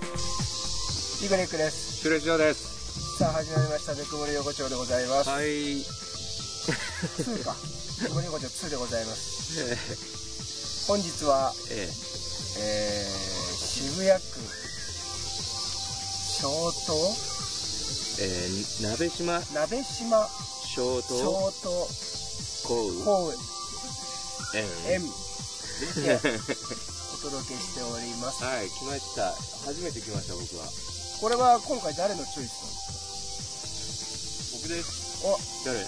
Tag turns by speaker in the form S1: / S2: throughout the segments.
S1: リブレイクです
S2: シュレジオです。
S1: さあ始まりましたぬくもり横丁でございます、
S2: はい。
S1: 2かぬくもり横丁2でございます 本日は、
S2: え
S1: えー、渋谷区小東
S2: えー、鍋島
S1: 鍋島
S2: 小東
S1: 小東
S2: 公
S1: 公園
S2: 園。
S1: にてお届けしております
S2: はい、来ました。初めて来ました、僕は。
S1: これは今回誰のチョイス
S2: 僕です。
S1: なの
S2: 誰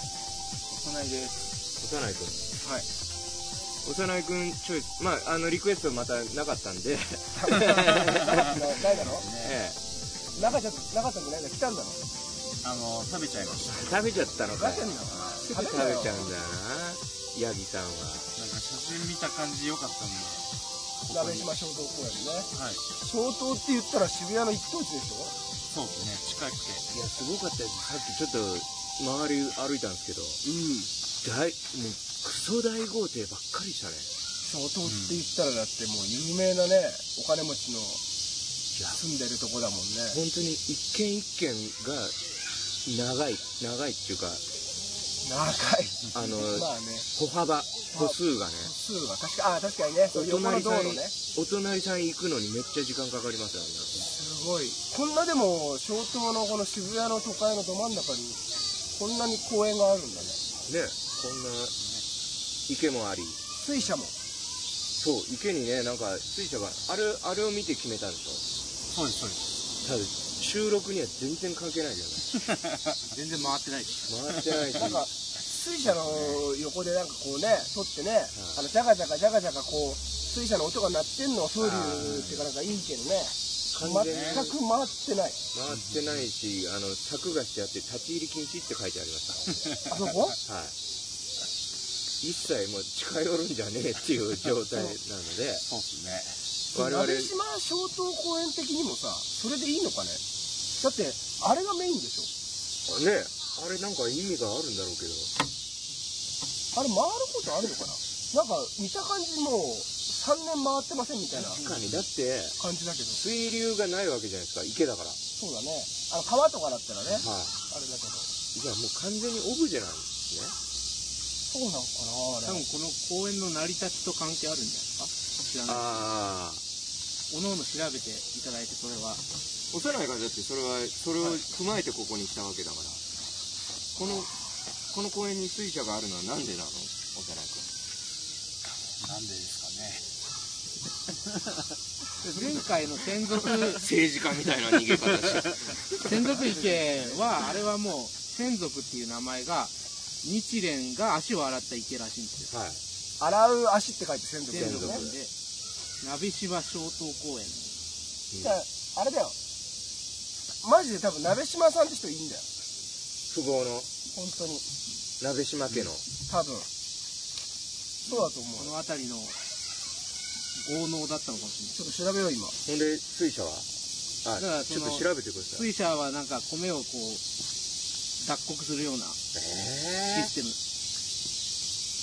S1: おないです
S2: 幼いくん。
S1: はい
S2: 幼いくんチョイス。まあ、あの、リクエストまたなかったんで、
S1: ないだろ
S2: ええ
S1: 中ちゃん中ちゃんもないだ来たんだろ
S3: あの食べちゃいました
S2: 食べちゃったのか
S1: 中ちゃ
S2: い。
S1: んの
S2: すぐ食べちゃうんだよな。ヤギさんは。
S3: なんか写真見た感じ良かったんでここ
S1: 鍋
S3: に
S1: 島小東公園ね
S3: はい
S1: 小東って言ったら渋谷の一等地でしょ
S3: そうですね近くて
S2: いや、すごかったです。さっきちょっと、周り歩いたんですけど、
S1: うん
S2: 大、もう、クソ大豪邸ばっかりしたね。
S1: 小東って言ったらだってもう有名なねお金持ちの
S2: いや
S1: 住んでるとこだもんね
S2: 本当に一軒一軒が長い長いっていうか
S1: 長い
S2: あの
S1: まあね
S2: 歩幅歩数がね
S1: 歩数が確かあ確かにねそ
S2: お
S1: う横の
S2: 隣
S1: 道
S2: さん
S1: 路ね
S2: お隣さん行くのにめっちゃ時間かかりますよあ
S1: すごいこんなでも小東のこの渋谷の都会のど真ん中にこんなに公園があるんだね
S2: んなねこんな池もあり
S1: 水車も
S2: そう池にねなんか水車があれあれを見て決めたんでし
S3: そうですそうです
S2: ょ多分収録には全然関係ないけどね
S3: 全然回ってないです
S2: 回ってないし
S1: なんか水車の横でなんかこうね撮ってねあのジャカジャカジャカジャカこう水車の音が鳴ってんのは風流っていうかなんかいいけどね全
S2: 完全に回
S1: く回ってない
S2: ってないしあの柵がしてあって立ち入り禁止って書いてありました
S1: あそこ
S2: はい、一切もう近寄るんじゃねえっていう状態なので
S3: そうです
S2: 我
S3: ね
S2: 々
S1: 鍋島小東公園的にもさそれでいいのかねだってあれがメインでしょ
S2: ねあれなんか意味があるんだろうけど
S1: あれ回ることあるのかななんか見た感じもう3年回ってませんみたいな
S2: 確かにだって
S1: 感じだけどそ
S2: 水流がないわけじゃないですか池だからはいう
S1: だねあの川とかだったらねあれだけど
S2: いやもう完全にオブジェなんです
S1: そうなのかなあれ
S3: この公園の成り立ちと関係あるんじゃないですか知ら
S2: ねああ
S3: おのおの調べていただいてそれは
S2: 幼いからだってそれはそれを踏まえてここに来たわけだからこのこの公園に水車があるのはなんでなの幼い君
S3: なんでですかね
S4: 前回の専属
S2: 政治家みたいな逃げ方して
S4: 専属池はあれはもう専属っていう名前が日蓮が足を洗った池らしいんです
S2: はい
S1: 洗う足って書いて先祖
S4: よ
S1: 先
S4: 専
S1: 祖
S4: 属
S1: ね
S2: 専
S4: で鍋島小東公園
S1: じゃああれだよマジで多分鍋島さんって人いいんだよ
S2: 富豪の
S1: 本当に
S2: 鍋島家の
S1: 多分そうだと思
S4: こ
S1: う
S4: の辺りの豪農だったのかもしれない
S1: ちょっと調べよう今
S2: ほんで、水車はあ
S4: だから
S2: ち
S4: そ
S2: ょ
S4: の
S2: っと調べてください。
S4: 水車はなんか米をこう脱穀するようなシ
S2: え
S4: ステム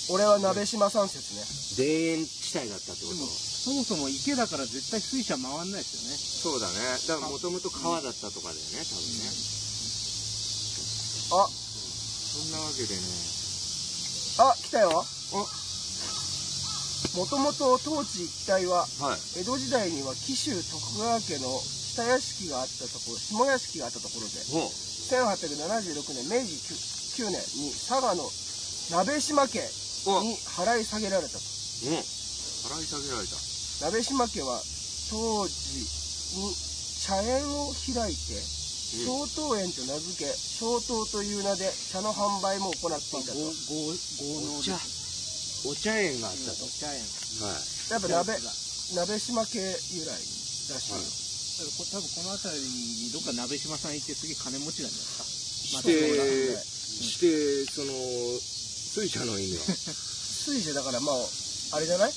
S1: 俺は鍋島さん説ね
S2: ー、田園地帯だったってこ
S4: で
S2: と
S4: もそもそも池だから絶対水車回んないですよね
S2: そうだね。だからもともと川だったとかだよね、多分ね。
S1: あ
S2: そんなわけでね。
S1: あ来たよもともと当地一帯は
S2: はい。
S1: 江戸時代には紀州徳川家の下屋敷があったところ下屋敷があったところで
S2: ほう。
S1: 1876年明治 9, 9年に佐賀の鍋島家
S2: お
S1: に払い下げられたと
S2: うん。払い下げられた。
S1: 鍋島家は当時に茶園を開いて小東園と名付け小東という名で茶の販売も行っていたと
S4: 豪豪豪農で
S2: お茶お茶園があっ
S4: す
S2: たと。
S4: お茶園
S2: はい。
S1: やっぱ鍋
S4: だから
S1: 鍋島家由来らしいよ、
S2: はい
S4: こ多分この辺りにどっか鍋島さん行ってすげえ金持ちなんじゃないです
S2: し
S4: まあそうだ
S2: て、
S1: ね
S2: して、その、水車の意味は
S1: 水車だからまああれじゃない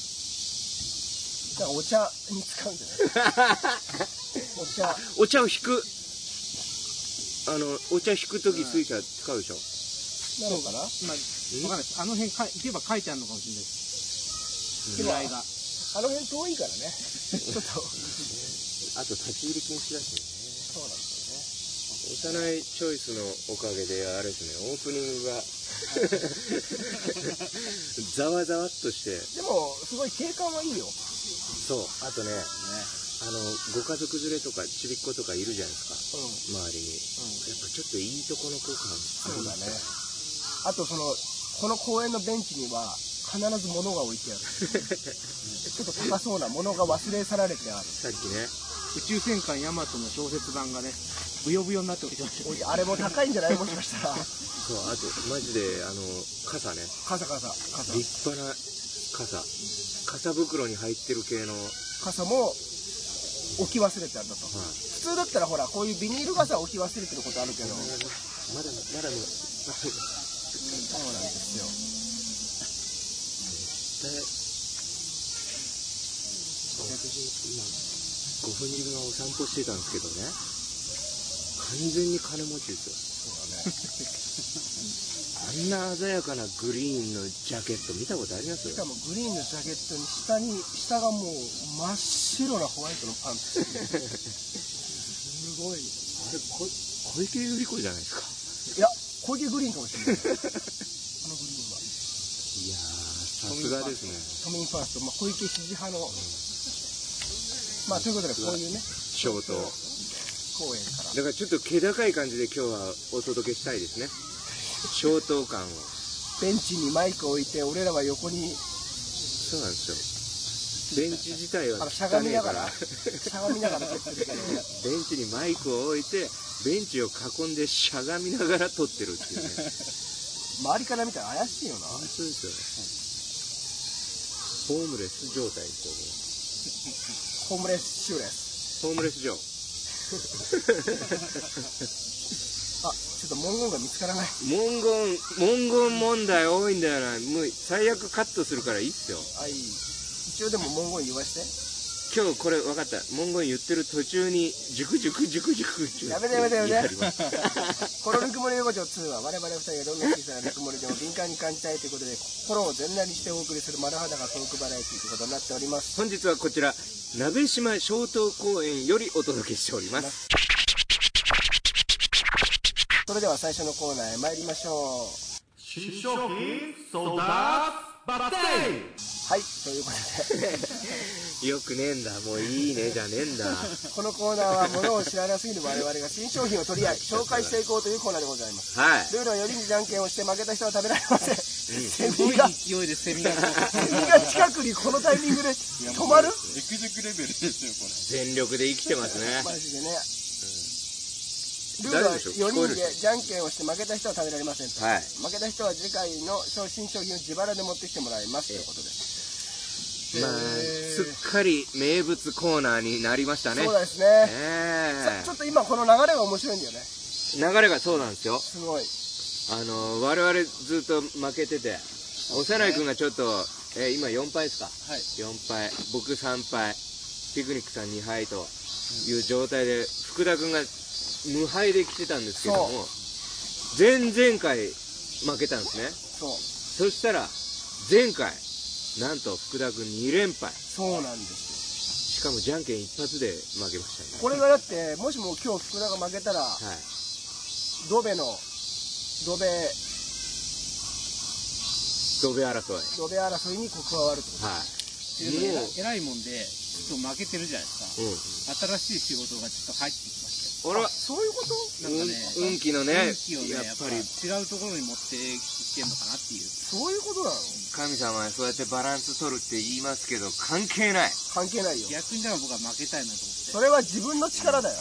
S1: なんかお茶に使うんじゃない お茶
S2: お茶を引くあのお茶引く時水車使うでしょ
S1: なのかな
S4: まあ、わかんないです。あの辺か、行けば書いてあるのかもしれないです。
S1: でも
S4: 由来が。
S1: あの辺遠いからねちょっと
S2: あと立ち入り禁止だし
S1: そうなんですよね
S2: 幼いチョイスのおかげであれですねオープニングがざわざわっとして
S1: でもすごい景観はいいよ
S2: そうあとねあのご家族連れとかちびっ子とかいるじゃないです
S1: うん
S2: か周りにやっぱちょっといいとこの空間
S1: そうだねあとそのこの公園のベンチには必ず物が置いてあ るちょっと高そうな物が忘れ去られてある
S2: さっきね
S4: 宇宙戦艦ヤマトの小説版がね、ブヨブヨになっておいてました
S1: お
S4: ね
S1: い。あれも高いんじゃないもしかしたら
S2: そうあとマジであの傘ね
S1: カサカサカサ
S2: 立派な傘傘袋に入ってる系の、はい、
S1: 傘も置き忘れてあるんだと普通だったらほらこういうビニール傘置き忘れてることあるけど
S2: まだまだまだ
S1: そうなんですよ
S2: 絶対私今5分ほがお散歩してたんですけどね完全に金持ちですよあんな鮮やかなグリーンのジャケット見たことあります
S1: しかもグリーンのジャケットに下に下がもう真っ白なホワイトのパンツすごいい
S2: あれこ小池百合子じゃないですか
S1: や小池グリーンかもしれないあのグリーンはい
S2: やーさすがですね
S1: 都民ファースト、まあ、小池支持派の、まあ、ということで、こういうね、
S2: ショート
S1: 公演から。
S2: だからちょっと気高い感じで今日はお届けしたい ですね消灯感を
S1: ベンチにマイクを置いて、俺らは横に、
S2: そうなんですよベンチ自体
S1: あ
S2: は
S1: のしゃが
S2: 汚
S1: み
S2: ね
S1: な
S2: え
S1: が、
S2: からら
S1: しゃがみながら撮ってるけど、
S2: ベンチにマイクを置いてベンチを囲んでしゃがみながら撮ってるっていうね
S1: 周りから見たら怪しいよな。
S2: 本当ですよね、ホームレス状態です
S1: ホームレスシューレス。
S2: よもうホームレス状
S1: あ、ちょっと文言が見つからない。
S2: 文言文言問題多いんだよなもう最悪カットするからいいっすよ
S1: あ、いい。一応でも文言言わして。
S2: 今日これ分かった文言言ってる途中にジュクジュクジュクジュクジュク
S1: やめてやめてやめて
S2: ります
S1: このぬくもり横丁2は、我々二人がどんな小さなぬくもりでも敏感に感じたいということで、心を全裸にしてお送りする丸裸トークバラエティーということになっております。
S2: 本日はこちら鍋島小島公園よりお届けしております
S1: それでは最初のコーナーへ参りましょう。はい、ということで、
S2: よくねえんだもういいねじゃねえんだ
S1: このコーナーは物を知らなすぎる我々が新商品を取り合い、紹介していこうというコーナーでございます。
S2: はい
S1: ルールは4人でじゃんけんをして負けた人は食べられません。セ
S4: すご
S1: ミ
S4: い
S1: が、
S4: 勢いでセミがこ
S1: セミが近くにこのタイミングで止まる
S3: ジュクジュクレベルですよ、これ。
S2: 全力で生きてますね
S1: マジでね。
S2: ん
S1: ルールは
S2: 大丈夫でしょ
S1: 4
S2: 聞こえ
S1: 人
S2: るでしょ
S1: でじゃんけんをして負けた人は食べられませんと。
S2: はい
S1: 負けた人は次回の新商品を自腹で持ってきてもらいますということです。
S2: まあすっかり名物コーナーになりましたね
S1: そうですね。さ
S2: ね
S1: ちょっと今この流れが面白いんだよね。
S2: え流れがそうなんですよ
S1: すごい。
S2: あの我々ずっと負けてて幼い君がちょっと、えー今4敗ですか
S3: はい。
S2: 4敗僕3敗ピクニックさん2敗という状態で福田君が無敗で来てたんですけども前々回負けたんですね
S1: そう。
S2: そしたら前回なんと福田君2連敗
S1: そうなんですよ。
S2: しかもじゃんけん一発で負けましたね
S1: これがだってもしも今日福田が負けたら
S2: はい
S1: ドベのドベ
S2: ドベ争い
S1: ドベ争いに加わると
S2: は
S4: うでも
S2: もう
S4: 偉いもんで、ちょっと負けてるじゃないで
S2: い、うん、
S4: すか。新しい仕事がちょっと入ってきまし
S2: あら
S1: そういうこと
S4: たよ。なんかね、
S2: 運運気のね
S4: 運気をね、
S2: や
S4: や
S2: っ
S4: っ
S2: ぱり
S4: ぱり違うところに持ってきてんのかなっていう。
S1: そういうことなの
S2: 神様はそうやってバランス取るって言いますけど関係ない
S1: 関係ないよ
S4: 逆にだから僕は負けたいなと思って。
S1: それは自分の力だよ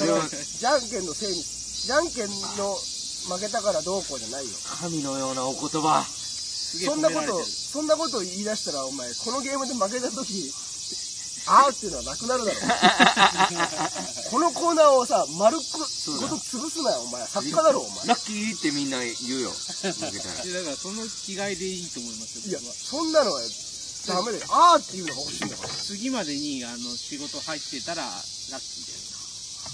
S2: 俺は
S1: じゃんけんのせいにじゃんけんの負けたからどうこうじゃないよ
S2: 神のようなお言葉
S4: すげえ
S1: そ
S4: 褒
S1: ん
S4: め
S1: な
S4: ら
S1: こ
S4: れてる
S1: とそんなこと言い出したらお前このゲームで負けた時あーっていうのはなくなるだろうこのコーナーをさ丸く
S2: う
S1: ご
S2: だ
S1: と潰すなよお前作家だろお前
S2: ラッキーってみんな言うよ負けたら
S4: でだからその気概でいいと思います
S1: いや
S4: よ、僕は。
S1: そんなのは、ダメだよ。あーっていうのが欲しいんだから。
S4: 次までにあの仕事入ってたらラッキーです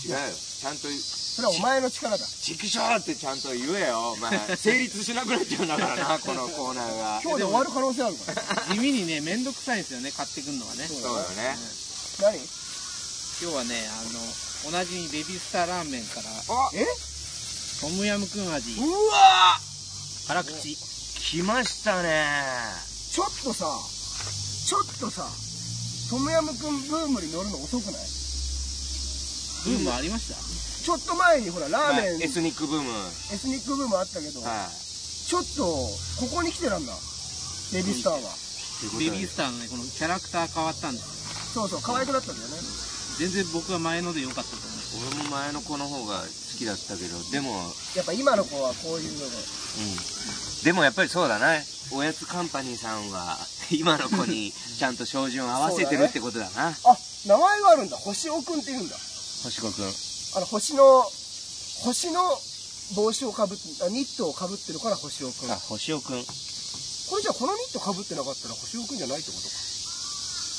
S2: 違うよちゃんと
S1: それはお前の力だ。
S2: 「畜生!」ってちゃんと言えよお前 成立しなくなっちゃうんだからなこのコーナーが
S1: 今日で終わる可能性あるから。
S4: 地味にねめんどくさいんですよね買ってくんのはね
S2: そうよね
S1: 何
S4: 今日はねあの同じにベビースターラーメンから
S2: あ
S1: え
S4: トムヤムクン味
S2: うわ
S4: 辛口
S2: 来ましたね
S1: ちょっとさ、ちょっとさ、トムヤムくんブームに乗るの遅くない
S4: ブームありました
S1: ちょっと前にほら、ラーメン、
S2: エスニックブーム
S1: エスニックブームあったけど、
S2: はい
S1: ちょっと、ここに来てなんだ。ベビースターは。
S4: ベビースターのねこのキャラクター変わったんです
S1: そうそう、可愛くなったんだよね。
S4: 全然僕は前ので良かったと思います
S2: 俺も前の子の方が好きだったけどでも
S1: やっぱ今の子はこういうのが。
S2: でもやっぱりそうだなおやつカンパニーさんは 今の子 にちゃんと照準を合わせてるってことだな
S1: あ、名前があるんだ。星尾くんって言うんだ。
S2: 星子くん
S1: あの、星の、星の帽子をかぶっあニットをかぶってるから星尾くん。
S2: あ星尾くん
S1: これじゃあこのニットかぶってなかったら星尾くんじゃないってことか。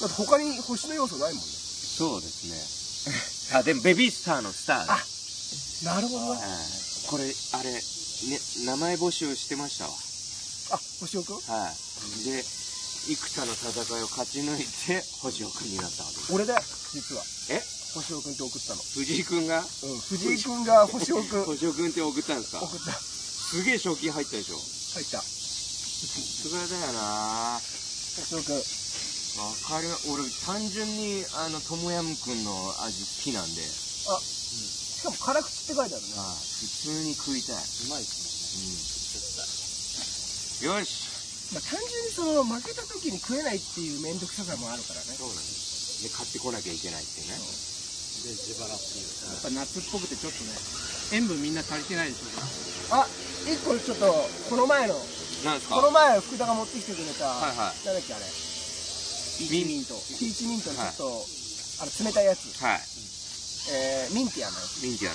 S1: だって他に星の要素ないもんね。
S2: そうですね あでもベビースターのスターだ
S1: あなるほど
S2: あ
S1: ね。
S2: ーこれあれ、ね、名前募集してましたわ
S1: あ、星尾くん
S2: はい、で幾多の戦いを勝ち抜いて星尾君になったわけです
S1: 俺だよ、実は。
S2: え
S1: 星尾くんって送ったの。
S2: 藤井君が
S1: うん、藤井くんが星尾くん送っ
S2: 星尾君って送ったんですか
S1: た。
S2: すげえ賞金入ったでしょ
S1: 入った。
S2: それだよな
S1: 星尾くん。
S2: わかる俺単純にあのトムヤム君の味好きなんで、
S1: しかも辛口って書いてあるね。
S2: あ普通に食いたいうまいですね、うん、よし
S1: まあ、単純にその負けた時に食えないっていう面倒くささもあるからね
S2: そうなんですで買ってこなきゃいけないっていうね
S4: やっぱ夏っぽくてちょっとね塩分みんな足りてないでしょうね
S1: あ一個ちょっとこの前の
S2: なんですか
S1: この前福田が持ってきてくれた、
S2: はい
S1: な
S2: は
S1: んだっけあれ
S4: ピーチミント
S1: ピーチミントのちょっと、あの冷たいやつ、
S2: はい
S1: えー、ミンティアのやつ
S2: ミンティ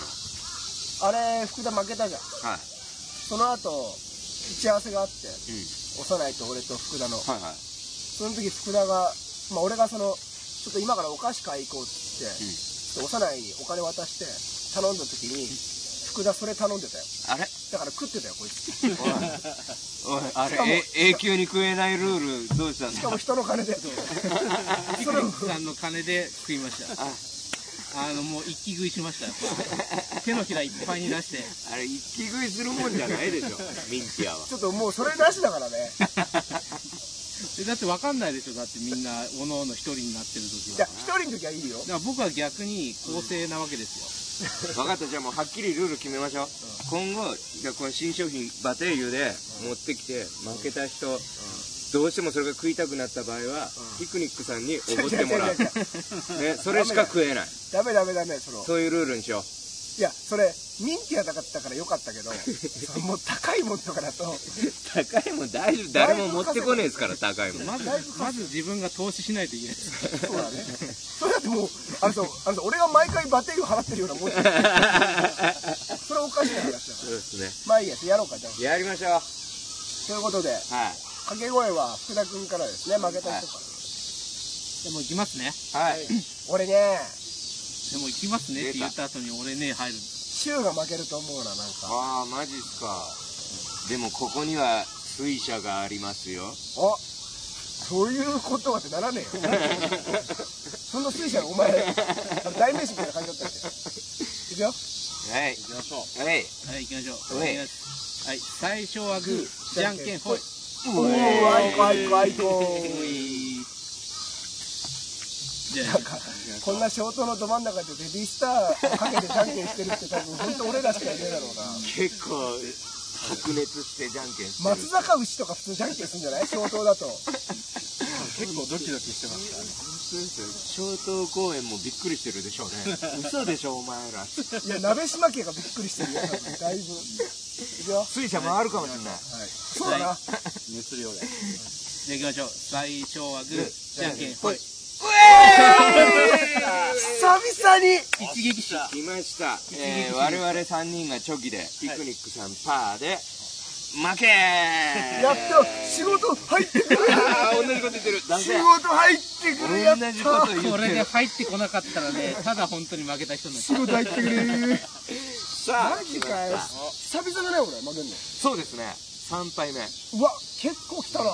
S2: アの
S1: あれ福田負けたじゃん
S2: はい
S1: その後打ち合わせがあって
S2: うん
S1: 幼いと俺と福田の、
S2: はいはい
S1: その時福田が、まあ、俺がそのちょっと今からお菓子買い行こうって言って、
S2: うん
S1: ちょっと幼いにお金渡して頼んだ時に福田それ頼んでたよ
S2: あれ
S1: だから食ってたよこいつ
S2: おい、おい、あ
S1: しかも
S2: れ、え永久に食えないルール、どうしたん
S1: しか
S2: だ
S1: も人の金 で
S4: ピクニックさんの金で食いましたあのもう一気食いしました よ手のひらいっぱいに出して
S2: あれ、一気食いするもんじゃない でしょ、ミンティアは。
S1: ちょっともうそれなしだからね。
S4: えだって分かんないでしょだってみんなおのおの一人になってる時
S1: いや
S4: は、
S1: 一人の時はいいよ。
S4: だから僕は逆に公正なわけです
S2: 分かった、じゃあもうはっきりルール決めましょう。今後、じゃあこの新商品、バテーユで持ってきて、負けた人、どうしてもそれが食いたくなった場合は、ピクニックさんにおごってもら
S1: 違
S2: う。
S1: う違う違う
S2: ね、それしか食えない。
S1: ダメダメダメ、その。
S2: そういうルールにしよう。
S1: いや、それ、人気が高かったからよかったけど、そのもう高いもんとかだ と、
S2: 高いもん大丈夫、誰も持ってこねえですから、高いもん
S4: よ。まずまず自分が投資しないといけないです
S1: そうだね。それだってもう、あのさ、あのさ、俺が毎回バテリを払ってるようなもんじゃんそれはおかしな話だか
S2: そうです
S1: ら。まあいいや、やろうか、じゃあ。
S2: ね。やりましょう。
S1: ということで、
S2: はい。
S1: 掛け声は福田君からですね、負けた人から。
S4: でもう行きますね
S2: はい。
S1: 俺ね、
S4: でも行きますねって言った後に俺ね入る
S1: シュウが負けると思うな、なんか。
S2: ああマジっすかでもここには水車がありますよ
S1: あそういうことはってならねえよ。そんな水車お前、あの代名詞みたいな感じだったっけいくよ。
S2: はい
S4: 行きましょう
S2: はい
S4: はい、行きましょう。
S2: おい
S4: お願いしますはい、最初はグー、じゃんけんほい。
S1: おー、あいこあいこあいこ。
S4: じゃ
S1: なんか、こんなショートのど真ん中でベビースターかけてじゃんけんしてるって多分、本当俺らしかいないだろうな。
S2: 結構白熱してじゃんけんしてる
S1: 松坂牛とか普通じゃんけんするんじゃない消灯だと。
S3: 結構ドキドキしてますからね
S2: 松濤公園もびっくりしてるでしょう ね嘘でしょお前ら
S1: いや、鍋島家がびっくりしてるよ、多分。だいぶ。いくよ。
S2: 水車回るかもしんない
S1: そうだな。
S3: 熱量で
S4: あ、行きましょう。最初はグー、じゃんけんほい。
S1: 久々に
S4: 一撃した。
S2: 来ました、えー、我々3人がチョキでピクニックさんパーで負けー
S1: やった仕事入ってくる
S2: あー同じこと言ってる男
S1: 仕
S2: 性
S1: 事入ってくるやった
S2: 同じこと言
S4: こ
S2: って
S4: れ
S2: る
S4: で入ってこなかったらね、ただ本当に負けた人になっち
S1: 仕
S4: ゃう。
S1: 事入ってくる
S2: さあ
S1: マジかよ
S2: 来ました
S1: 久々だね俺負けんの
S2: そうですね3敗目
S1: うわ結構来たな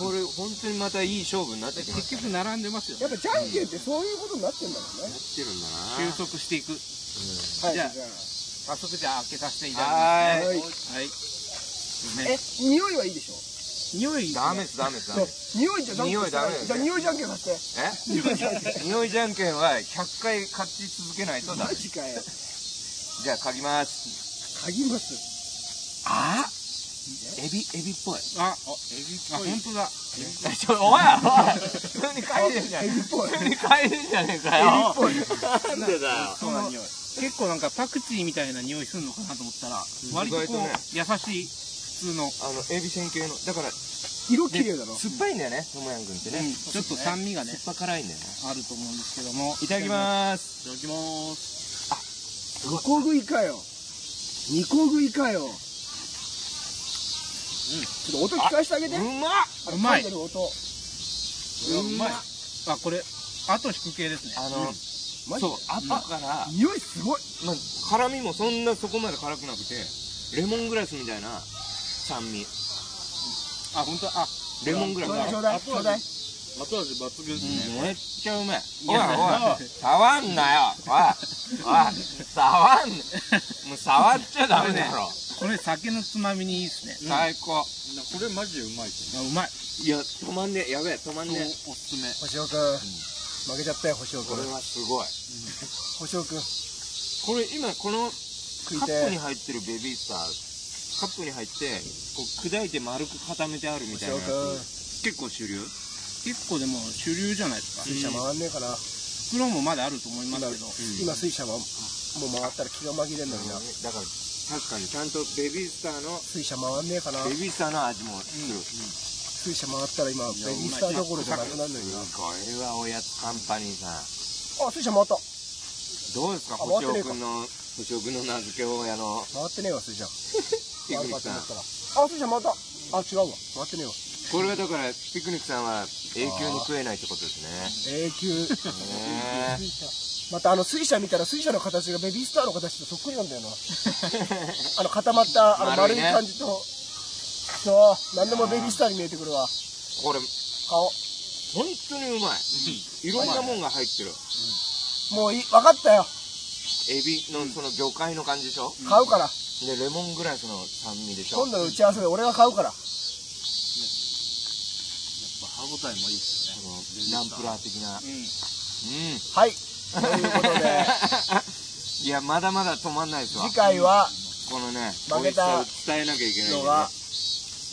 S2: これ本当にまたいい勝負になってきまし
S4: 結局並んでますよ
S1: や。っぱじゃんけんってそういうことになってんだもんね
S2: たやってるんだ
S4: 収束してい
S1: は
S4: く。
S1: いじ
S4: じゃ
S1: ゃ
S4: あ早速じゃあ開けさせていただき
S2: な
S4: ま
S1: あ
S2: は
S1: はい
S4: す。は
S1: え
S4: い。
S1: 匂いはいいでしょ
S4: 匂
S2: い
S4: いが
S2: ダメですダメですダメで
S1: そう
S2: す
S1: 匂いじゃじゃんけんしたら
S2: 匂いダメだよ
S1: じゃ
S2: ね
S1: あ匂いじゃんけんさせて匂いじゃんけん
S2: え匂いじゃんけんは100回勝ち続けないと
S1: マ
S2: ダメ
S1: ジかよ
S2: じゃあ嗅ぎます
S1: 嗅ぎます
S2: あエビエビっぽい
S4: あ、あ、エビあ、本当だ。
S2: ちょおいお い普通に嗅いでんじゃん
S1: エビっぽい
S2: 普通に嗅いでんじゃねえか
S1: エビ
S2: よ
S1: っぽい
S2: なんでだよ
S4: その結構なんかパクチーみたいな匂いするのかなと思ったら、割とこう
S2: 意外とね
S4: 優しい普通の、
S2: あのエビ線形のだから
S1: 色綺麗だろ
S2: 酸っぱいんだよねトモヤン君ってね、
S4: うんちょっと酸味がね
S2: 酸っぱ辛いんだよね
S4: あると思うんですけども。
S2: いただきます
S4: す。いただきます。
S1: 二個食いかよ二個食いかよちょっと音聞かせてあげ
S2: う
S1: て
S2: まっ
S1: あの
S4: うま
S1: 噛
S4: い
S1: んでる音
S4: うまい。あ、これ後引く系ですね。
S2: あの、
S1: マジ
S2: そう後から、
S1: 匂いすごい
S2: まあ、辛みもそんなそこまで辛くなくてレモングラスみたいな酸味
S4: あ、本当あ、
S2: レモング
S1: ち
S2: ラス
S1: ょうだいちょう
S2: だ
S1: だいちょうだい
S3: 後味抜群ですね。
S2: めっちゃうめえおい
S4: や
S2: おい触んなよおいおい触んもう触っちゃダメだろ
S4: これ酒のつまみにいいですね。
S2: 最高
S3: これマジでうまいですね。
S4: あうまい。
S2: いや止まんねえやべえ止まんねえ
S3: おすすめ。
S1: 星尾くん負けちゃったよ星尾
S2: これはすごい
S1: 星尾くん
S2: これ今この
S1: 食い
S2: カ
S1: て
S2: ップに入ってるベビースターカップに入ってこう砕いて丸く固めてあるみたいなやつ結構主流
S4: 結構でも主流じゃないですか。
S1: 水車回んねえかな
S4: 袋もまだあると思いま
S1: 今
S4: すけ
S1: 今
S4: ど。
S1: 水車はもう回ったら気が紛れんのにな
S2: だから確かにちゃんとベビースターの
S1: 水車回んねえかな
S2: ベビースターの味もする、
S1: 水車回ったら今ベビースターどころじゃなくなるのにな
S2: これはおやつカンパニーさ
S1: あ
S2: ん
S1: 水車回った
S2: どうです
S1: あ
S2: か
S1: 回ってねえ
S2: 星尾
S1: か
S2: くんの星尾くんの名付け親の
S1: 回ってねえわ水車
S2: ピ
S1: 回
S2: クニ
S1: るか
S2: ッ
S1: と
S2: ク
S1: 思ったら
S2: さん
S1: あ水車回ったあ違うわ回ってねえわ
S2: これはだからピクニックさんは永久に食えないってことですね
S1: 永久
S2: ね
S1: またあの水車見たら水車の形がベビースターの形とそっくりなんだよ なあの固まったあの丸
S2: 丸い
S1: い
S2: ね
S1: 感じとそう何でもベビースターに見えてくるわ
S2: これ
S1: 顔
S2: 本当にうまいいろんなもんが入ってる
S1: もういい分かったよ
S2: エビのその魚介の感じでしょ
S1: 買うから
S2: でレモングラスの酸味でしょ
S1: 今度の打ち合わせで俺が買うから
S3: 歯応えもいいです
S2: そのナンプラー的な
S4: うん。
S2: うん
S1: はいということで
S2: いやまだまだ止まんないですわ
S1: 次回は
S2: このね
S1: 負けた
S2: 美味しさを伝えなきゃいけないんで
S1: の
S2: ね
S1: が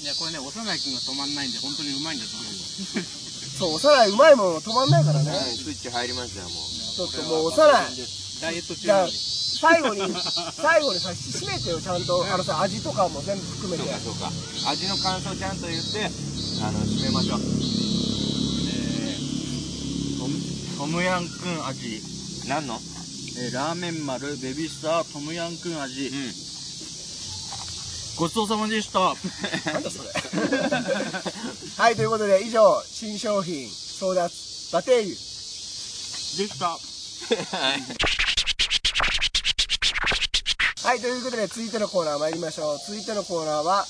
S4: いやこれね幼い君が止まんないんで本当にうまいんだと思います。
S1: そうおさらいうまいもの止まんないからね
S2: はいスイッチ入りましたよもう
S1: ちょっともうおさらい
S4: ダイエット中
S1: じゃ
S4: な
S1: あ
S4: んで。
S1: 最後に最後にさ締めてよちゃんとあのさ味とかも全部含め
S2: そう
S1: て
S2: かそうか味の感想ちゃんと言ってあの締めましょう
S3: えートムトムヤンくん味、
S2: 何の
S3: えーラーメン丸ベビースタートムヤンくん味、
S2: ん
S3: ごちそうさまでした
S1: なんだそれはいということで以上新商品争奪バテイユ
S3: できた
S1: はいということで続いてのコーナー参りましょう続いてのコーナーは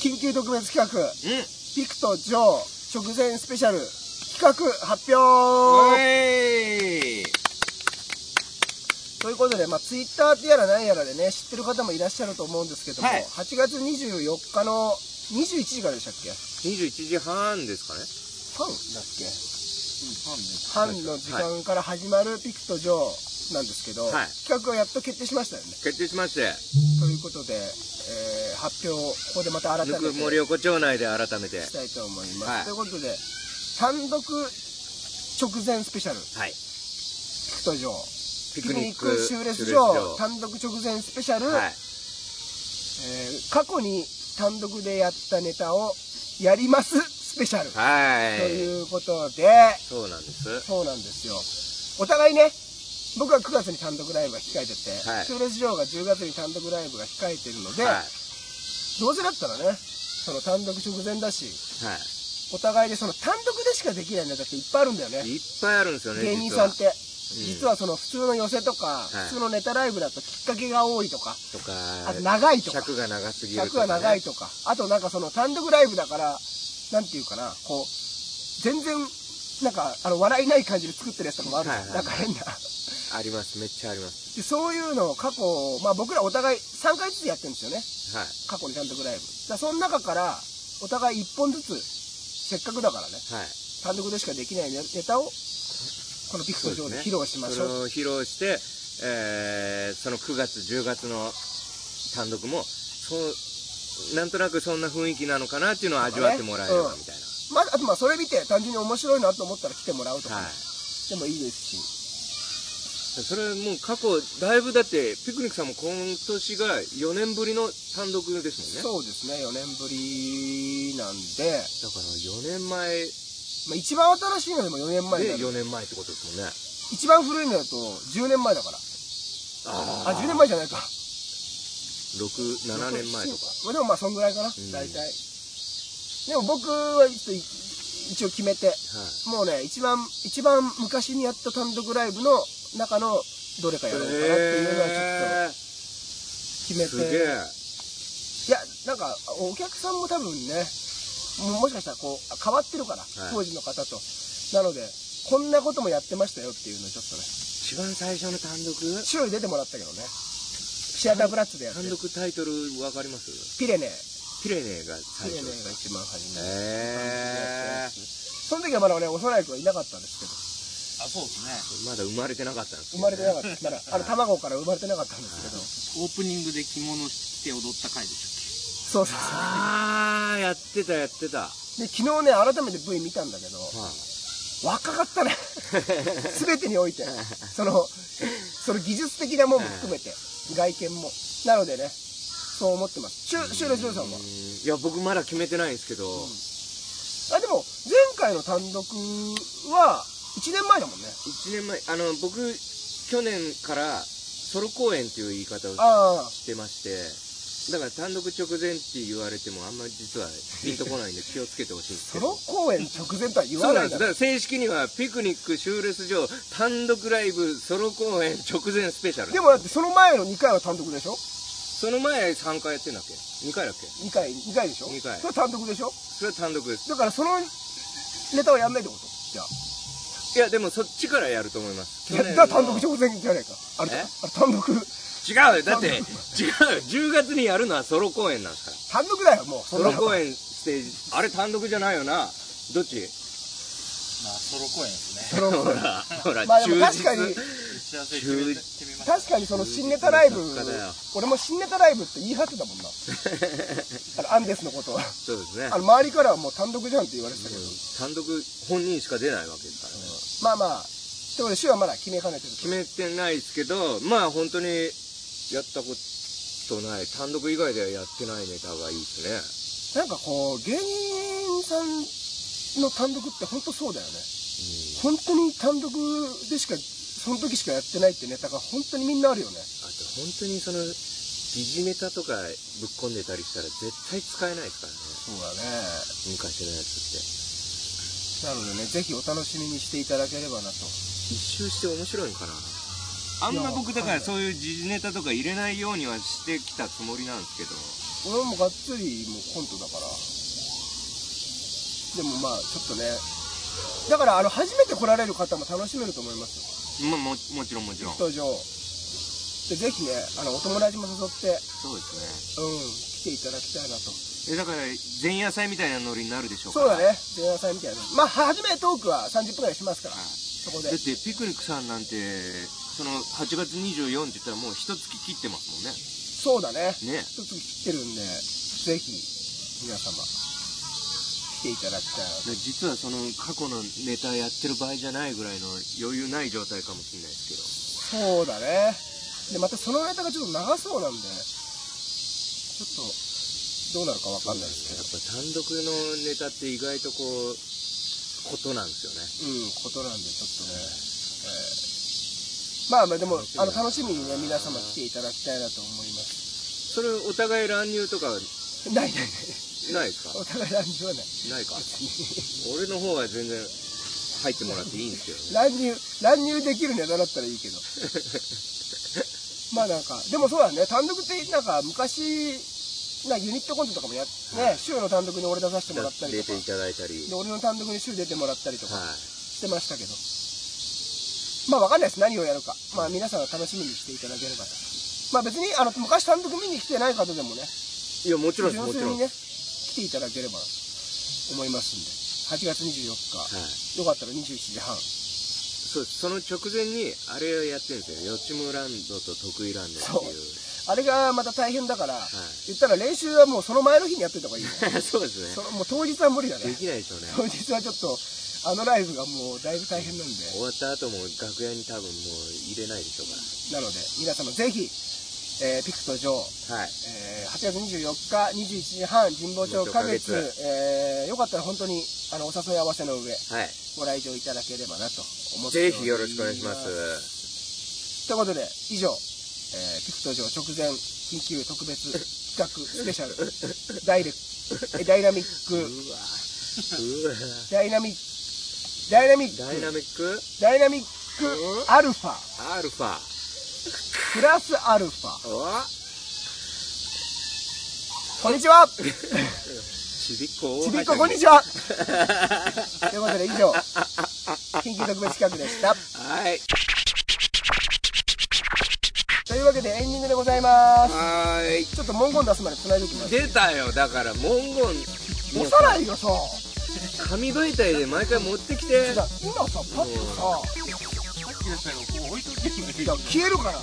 S1: 緊急特別企画
S2: うん
S1: ピクとジョー直前スペシャル企画発
S2: お
S1: 表
S2: い
S1: ということで、まあ、ツイッターってやら何やらでね知ってる方もいらっしゃると思うんですけども、
S2: はい
S1: 8月24日の21時からでしたっけ
S2: 21時半ですかね
S1: ファンだっけファンの時間から始まるピクとジョーなんですけど、
S2: はい
S1: 企画はやっと決定しましたよね
S2: 決定しまして
S1: ということで、えー発表をここでまた改め
S2: ぬ
S1: て
S2: くもり横丁内で改めて
S1: したいと思います、
S2: はい
S1: ということで単独直前スペシャル
S2: はい
S1: ピクト城
S2: ピ
S1: ピ
S2: ク
S1: ク
S2: ニ
S1: ニ
S2: ッ
S1: ッ
S2: ク
S1: ク
S2: シ
S1: シ
S2: ュ
S1: ュ
S2: ー
S1: ー
S2: レ
S1: レ
S2: ス
S1: ス
S2: 場
S1: 場単独直前スペシャル、
S2: は
S1: え
S2: い
S1: ー過去に単独でやったネタをやりますスペシャル、と
S2: はい
S1: いうことで
S2: そうなんです
S1: そうなんですよお互いね僕は9月に単独ライブが控えてて、
S2: はい
S1: シューレス城が10月に単独ライブが控えてるので、
S2: はい
S1: どうせだったらねその単独直前だし
S2: は
S1: お互いでその単独でしかできないネタっていっぱいあるんだよね
S2: い。いっぱいあるんですよね、
S1: 芸人
S2: 実
S1: さ
S2: は。
S1: んって実はその普通の寄せとか、
S2: い
S1: 普通のネタライブだときっかけが多いとか
S2: とか、
S1: あと長いとか
S2: 尺が長すぎると
S1: 尺
S2: か、
S1: が
S2: ね。
S1: 長いとかあとなんかその単独ライブだからなんていうかなこう全然なんかあの笑いない感じで作ってるやつとかもあるじゃん、
S2: はいはい
S1: なんか変な
S2: あります、めっちゃあります。
S1: でそういうのを過去、まあ、僕らお互い3回ずつやってるんですよね
S2: はい。
S1: 過去に単独ライブだからその中からお互い1本ずつせっかくだからね
S2: はい。
S1: 単独でしかできないネネタをこのピクトル上で披露しまし
S2: それ
S1: ょう
S2: を披露して、えーその9月10月の単独もそうなんとなくそんな雰囲気なのかなっていうのを味わってもらえればみたい
S1: まあ、あとまあそれ見て単純に面白いなと思ったら来てもらうと
S2: な、
S1: か、
S2: はい
S1: でもいいですし
S2: それもう過去だいぶだってピクニックさんも今年が4年ぶりの単独ですも
S1: そ
S2: んね
S1: うですね4年ぶりなんで、
S2: だから4年前
S1: まあ、一番新しいのでも4年前にな
S2: で
S1: る
S2: 4年前ってことですもんね
S1: 一番古いのだと10年前だからあ10年前じゃないか
S2: 67年前とか
S1: まあでもまあそんぐらいかな、
S2: ん
S1: 大体でも僕はちょっとい一応決めて
S2: はい
S1: もうね一番一番昔にやった単独ライブの中のどれかやろうかなっていうのはちょっ
S2: えー
S1: と決めて、
S2: すげ
S1: い
S2: え
S1: やなんかお客さんも多分ねももしかしたらこう変わってるから、
S2: はい
S1: 当時の方となのでこんなこともやってましたよっていうのをちょっとね
S2: 一番最初の単独
S1: 週に出てもらったけどねシアターブラッツでやって
S2: 単独タイトルわかります
S1: ピレネ
S2: ピレネーが
S1: ピ
S2: 最
S1: レ
S2: 初
S1: ネ
S2: です
S1: が一番初め、
S2: へえ
S1: その時はまだ俺幼い子はいなかったんですけど
S3: あ、そうです
S2: ま
S3: ね。
S2: だ生まれてなかったんです
S1: 生まれてなかったまだあの卵から生まれてなかったんですけど
S4: オープニングで着物着て踊った回でし
S1: そうそうそ
S2: ああやってたやってた、は
S1: うで昨日ね改めて V 見たんだけど若か ったね全てにおいてそのその技術的なもんも含めて外見もなのでねそう思ってますシュシューレジョーさんはい
S2: や僕まだ決めてないんですけど、
S1: あでも前回の単独は1年前だもんね
S2: 一年前あの僕去年からソロ公演っていう言い方を
S1: ああ
S2: してましてだから単独直前って言われてもあんまり実はピンとこないんで気をつけてほしいんです
S1: ソ
S2: けど
S1: ロ公演直前とは言
S2: そ
S1: わ
S2: う
S1: なんい
S2: なです
S1: だろ
S2: だから正式にはピクニックシューレス場単独ライブソロ公演直前スペシャル
S1: でもだってその前の2回は単独でしょ
S2: その前3回やってんだっけ2回だっけ
S1: 2回2回でしょ
S2: 二回
S1: それは単独でしょ
S2: それは単独です
S1: だからそのネタはやんないってことじゃあ
S2: いやでもそっちからやると思います
S1: いやだから単独直前じゃないかあれ
S2: え
S1: あれ単独
S2: 違うだって違う10月にやるのはソロ公演なんですから
S1: 単独だよもうそ
S2: ソ
S1: んな
S2: ロ
S1: の
S2: 公演ステージあれ単独じゃないよなどっち
S3: まあ、ソロ公演ですね。
S1: ソロ公
S2: ほ
S1: 演
S2: らほら
S1: まあでも確
S2: 忠
S1: かに
S2: 実
S3: 打ち合わせ決めて決めました。
S1: 確かにその新ネタライブ
S2: 作家だよ
S1: 俺も新ネタライブって言い張ってたも んなあのアンデスのことは
S2: そうですね
S1: あの周りからはもう単独じゃんって言われてたけど
S2: 単独本人しか出ないわけですからね
S1: まあまあでもね週はまだ決めかねてる
S2: 決めてないですけどまあ本当にやったことない単独以外ではやってないネタがいいです
S1: なんかこう芸人さんの単独って本当そうだよね
S2: ね、
S1: 本当に単独でしかその時しかやってないってネタが本当にみんなあるよね
S2: うん、あと本当にその時事ネタとかぶっ込んでたりしたら絶対使えないですからね
S1: そうだね
S2: 昔のやつって
S1: なのでね、ぜひお楽しみにしていただければなと。
S2: 一周して面白いのかなあんま僕だからそういう時事ネタとか入れないようにはしてきたつもりなんですけど
S1: 俺もがっつりもうコントだから。でもまあ、ちょっとね。だから、あの、初めて来られる方も楽しめると思います。
S2: まあももちろんもちろん
S1: 登場。で、ぜひね、あの、お友達も誘って、
S2: そうです
S1: うん、来ていただきたいなと。
S2: ねえだから前夜祭みたいなノリになるでしょうか
S1: そうだ
S2: だ
S1: ね、前夜祭みたいな。まあ、初めトークは30分ぐらいしますから、そこで。
S2: ってピクニックさんなんてその8月24って言ったらもう一月切ってますもんね
S1: そうだね。
S2: ね
S1: 一つ切ってるんで、ぜひ、皆様、来ていただきたいなと。
S2: で実はその過去のネタやってる場合じゃないぐらいの余裕ない状態かもしれないです
S1: そうだね。で、またそのネタがちょっと長そうなんで、ちょっと、どうなるかわかんないです
S2: け
S1: け
S2: ど
S1: ど
S2: やっ、ぱ単独のネタって意外とこうことなんですよね
S1: うん、ことなんで、ちょっとね、えーまあまあでも、あの、楽しみにね、皆様来ていただきたいなと思います。
S2: それお互い乱入とか
S1: ないないない。
S2: ないか
S1: お互い乱入はない。
S2: ない か俺の方は全然入ってもらっていいんですよね
S1: 乱入、乱入できるネタだったらいい けど。まあなんか、でもそうだね、単独ってなんか昔、なユニットコントとかもやっね、週の単独に俺出させてもらったり
S2: 出
S1: とか
S2: てい、ただいたり
S1: で俺の単独に週出てもらったりとか
S2: は
S1: してましたけど、まあわかんないです、何をやるか。まあ皆さんが楽しみにしていただければと。まあ別に、あの、昔単独見に来てない方でもね、
S2: いいやもちろんです
S1: 純
S2: もち
S1: 粋
S2: ろ
S1: に
S2: んで
S1: ね、来ていただければ思いますんで、8月24日、
S2: すは
S1: よ
S2: い
S1: かったら27時半。
S2: そうその直前にあれをやってるんですよ「よちむランド」と「得意ランド」っていう
S1: あれがまた大変だから、
S2: い
S1: 言ったら練習はもうその前の日にやってた方が いいね。
S2: そうです
S1: そ
S2: ね
S1: のもう当日は無理だ
S2: で
S1: ね。
S2: きないでしょうね
S1: 当日はちょっと、あのライブがもうだいぶ大変なんで、
S2: 終わった後も楽屋に多分もう入れないでしょうか
S1: なので、皆様ぜひ、えーピクト上、
S2: らはい
S1: えー8月24日21時半、神保町花月、
S2: 神保町花
S1: えーよかったら本当にあのお誘い合わせの上、
S2: はい
S1: ご来場いただければなと思っておりま
S2: ぜ
S1: す。
S2: ひよろしくお願いします
S1: ということで、以上、えーピクト上直前緊急特別企画スペシャル、 ダイレク、えダイナミック、
S2: うわうわ
S1: ダイナミック、ダイナミッ
S2: ダイナ
S1: ク、
S2: ミック
S1: ダイナミックアルファ、
S2: アルファ
S1: プラスアルファ。
S2: お
S1: こんにちは
S2: ちびっこ
S1: ちびっ
S2: 大
S1: ここん
S2: はしゃぎ
S1: にちはということで以上、緊急特別企画でした。
S2: はい
S1: というわけでエンディングでございます。
S2: はーい
S1: ちょっと文言出すまで繋いでおきます。
S2: 出たよだから文言も
S1: 押
S2: う
S1: さ
S2: さ
S1: ないよさ。
S2: 紙媒体で毎回持ってきて
S1: じゃあ今さ、パッとさ、
S3: さっきの人がこう置いとけばい
S1: いや
S3: い
S1: 消えるから。
S2: うん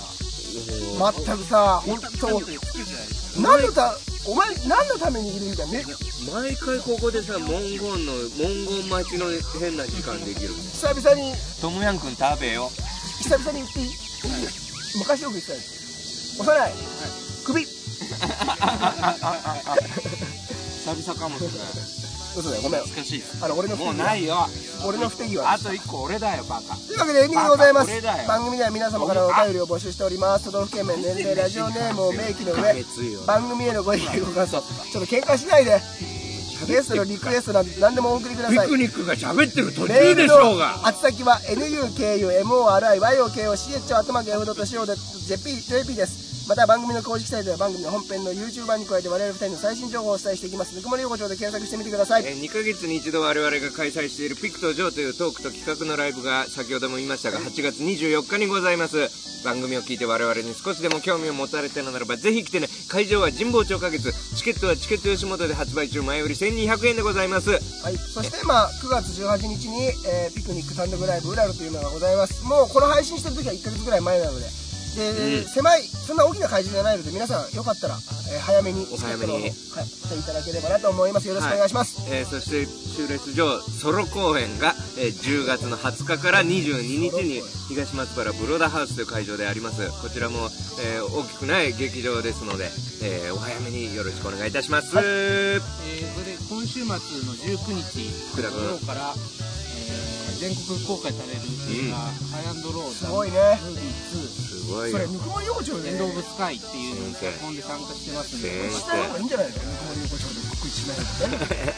S1: まったくさ、本当
S3: とつくじゃないで
S1: 何の
S3: すか
S1: た、お前、何のためにいるんだね。
S2: 毎回ここでさ文言の文言待ちの変な時間できる
S1: 久々に、
S2: トムヤンくん食べよ
S1: 久々に言っていい昔よく言ってたやつ。幼い、首、
S2: 久々かもしれな
S1: 嘘だよ、ごめん。
S3: 難しいです
S1: あの、俺の不手際。
S2: いよ
S1: 俺の不手際。
S2: と1個俺だよバカ
S1: というわけでエンディングでございま
S2: バカ俺だ
S1: す。
S2: よ
S1: 番組では皆様からのお便りを募集しております。都道府県名、年齢、ラジオネームを明記の上、 番組へのご意見ご感想、ちょっと喧嘩しないで、ゲストのリクエストなんて何でもお送りく ださい。
S2: ニックが喋ってる途
S1: メールの宛先は nukumoriyokocho.yahoo.co.jp です。また番組の公式サイトや番組の本編の YouTube 版に加えて我々2人の最新情報をお伝えしていきます。ぬくもり横丁で検索してみてください。
S2: 2ヶ月に一度我々が開催しているピクトジョーというトークと企画のライブが先ほども言いましたが8月24日にございます番組を聞いて我々に少しでも興味を持たれたのならばぜひ来てね会場は神保町花月チケットはチケット吉本で発売中前売り1200円でございます
S1: はい。そして、まあ、9月18日に、えーピクニック単独ライブ、うらるというのがございます。もう、この配信してる時は1ヶ月ぐらい前なので。で、
S2: うん
S1: 狭い、そんな大きな会場じゃないので、皆さん、よかったら、えー早めに、
S2: お早めに
S1: チケットの方はい、買っていただければなと思います。よろしくお願いします。
S2: えーそして終列場ソロ公演が、えー10月の20日から22日に東松原ブローダハウスという会場でありますこちらも、えー大きくない劇場ですので、えーお早めによろしくお願いいたします、
S4: えーそれで今週末の19日
S2: 福田君
S4: 今日から、えー全国公開される映画「ハイアンドロー」
S1: すごいね
S4: ムービー
S2: すごい
S1: そ
S2: よ
S1: れ、ぬくもり横丁
S4: 2
S1: で、
S4: エンド・オブ・スカイっていうのに脚本で参加してますんで
S2: 先
S1: した方がいいんじゃないのぬくもり横丁で告知しないとね。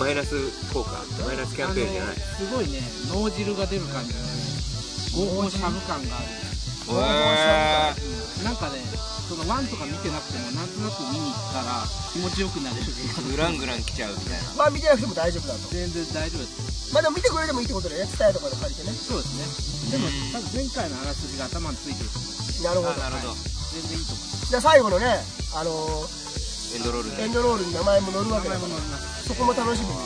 S2: マイナス効果マイナスキャンペーンじゃない
S4: すごいね脳汁が出る感じがね合法しゃぶ感がある
S1: のあ
S2: へ
S4: なんかねそのワンとか見てなくてもなんとなく見に行ったら気持ちよくなれる 映
S2: ーグ
S4: 画
S2: ラングラン来ちゃうみたい
S1: まあ、見てなくても大丈夫だと。
S4: 全然大丈夫です
S1: まあ、でも見てくれてもいいってことでね、伝えとかで借りてね。
S4: そうですねでも多分前回のあらすじが頭についてると思
S1: なるほど。
S2: なるほど
S4: う全然いいと思います
S1: じゃあ、最後のね、あの
S2: エンドロール
S1: ーエ
S2: ね
S1: ンドロールに名前も載るわけ
S4: 名
S1: だ
S4: 前
S1: か
S4: も
S1: ら
S4: 載り、ます
S1: そこも楽しみに。
S2: す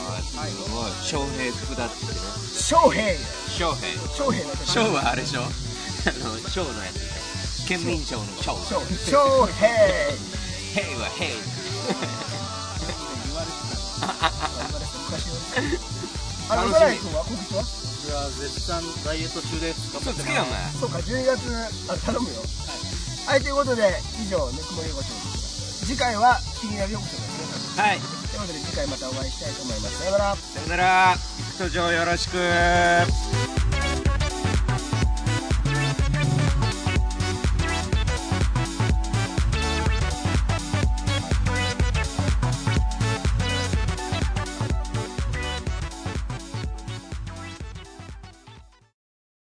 S2: ごい翔平福田ってね
S1: 翔平。
S2: 翔平
S1: 翔平だけど。
S2: 翔はあれでしょあの翔のやつ県民賞の翔
S1: 翔翔平。
S2: 平は平
S4: 言われてた
S1: あの、うさらい君は告知は
S3: 僕は絶賛ダイエット中です
S2: 嘘つけよお前
S1: そうか、12月、あ、頼むよ。はい。ということで、以上、ぬくもり横丁でした。次回は、気になる横丁ですね。
S2: はい
S1: ということで、次回またお会いしたいと思います。さよなら。
S2: さよなら行く途上よろしく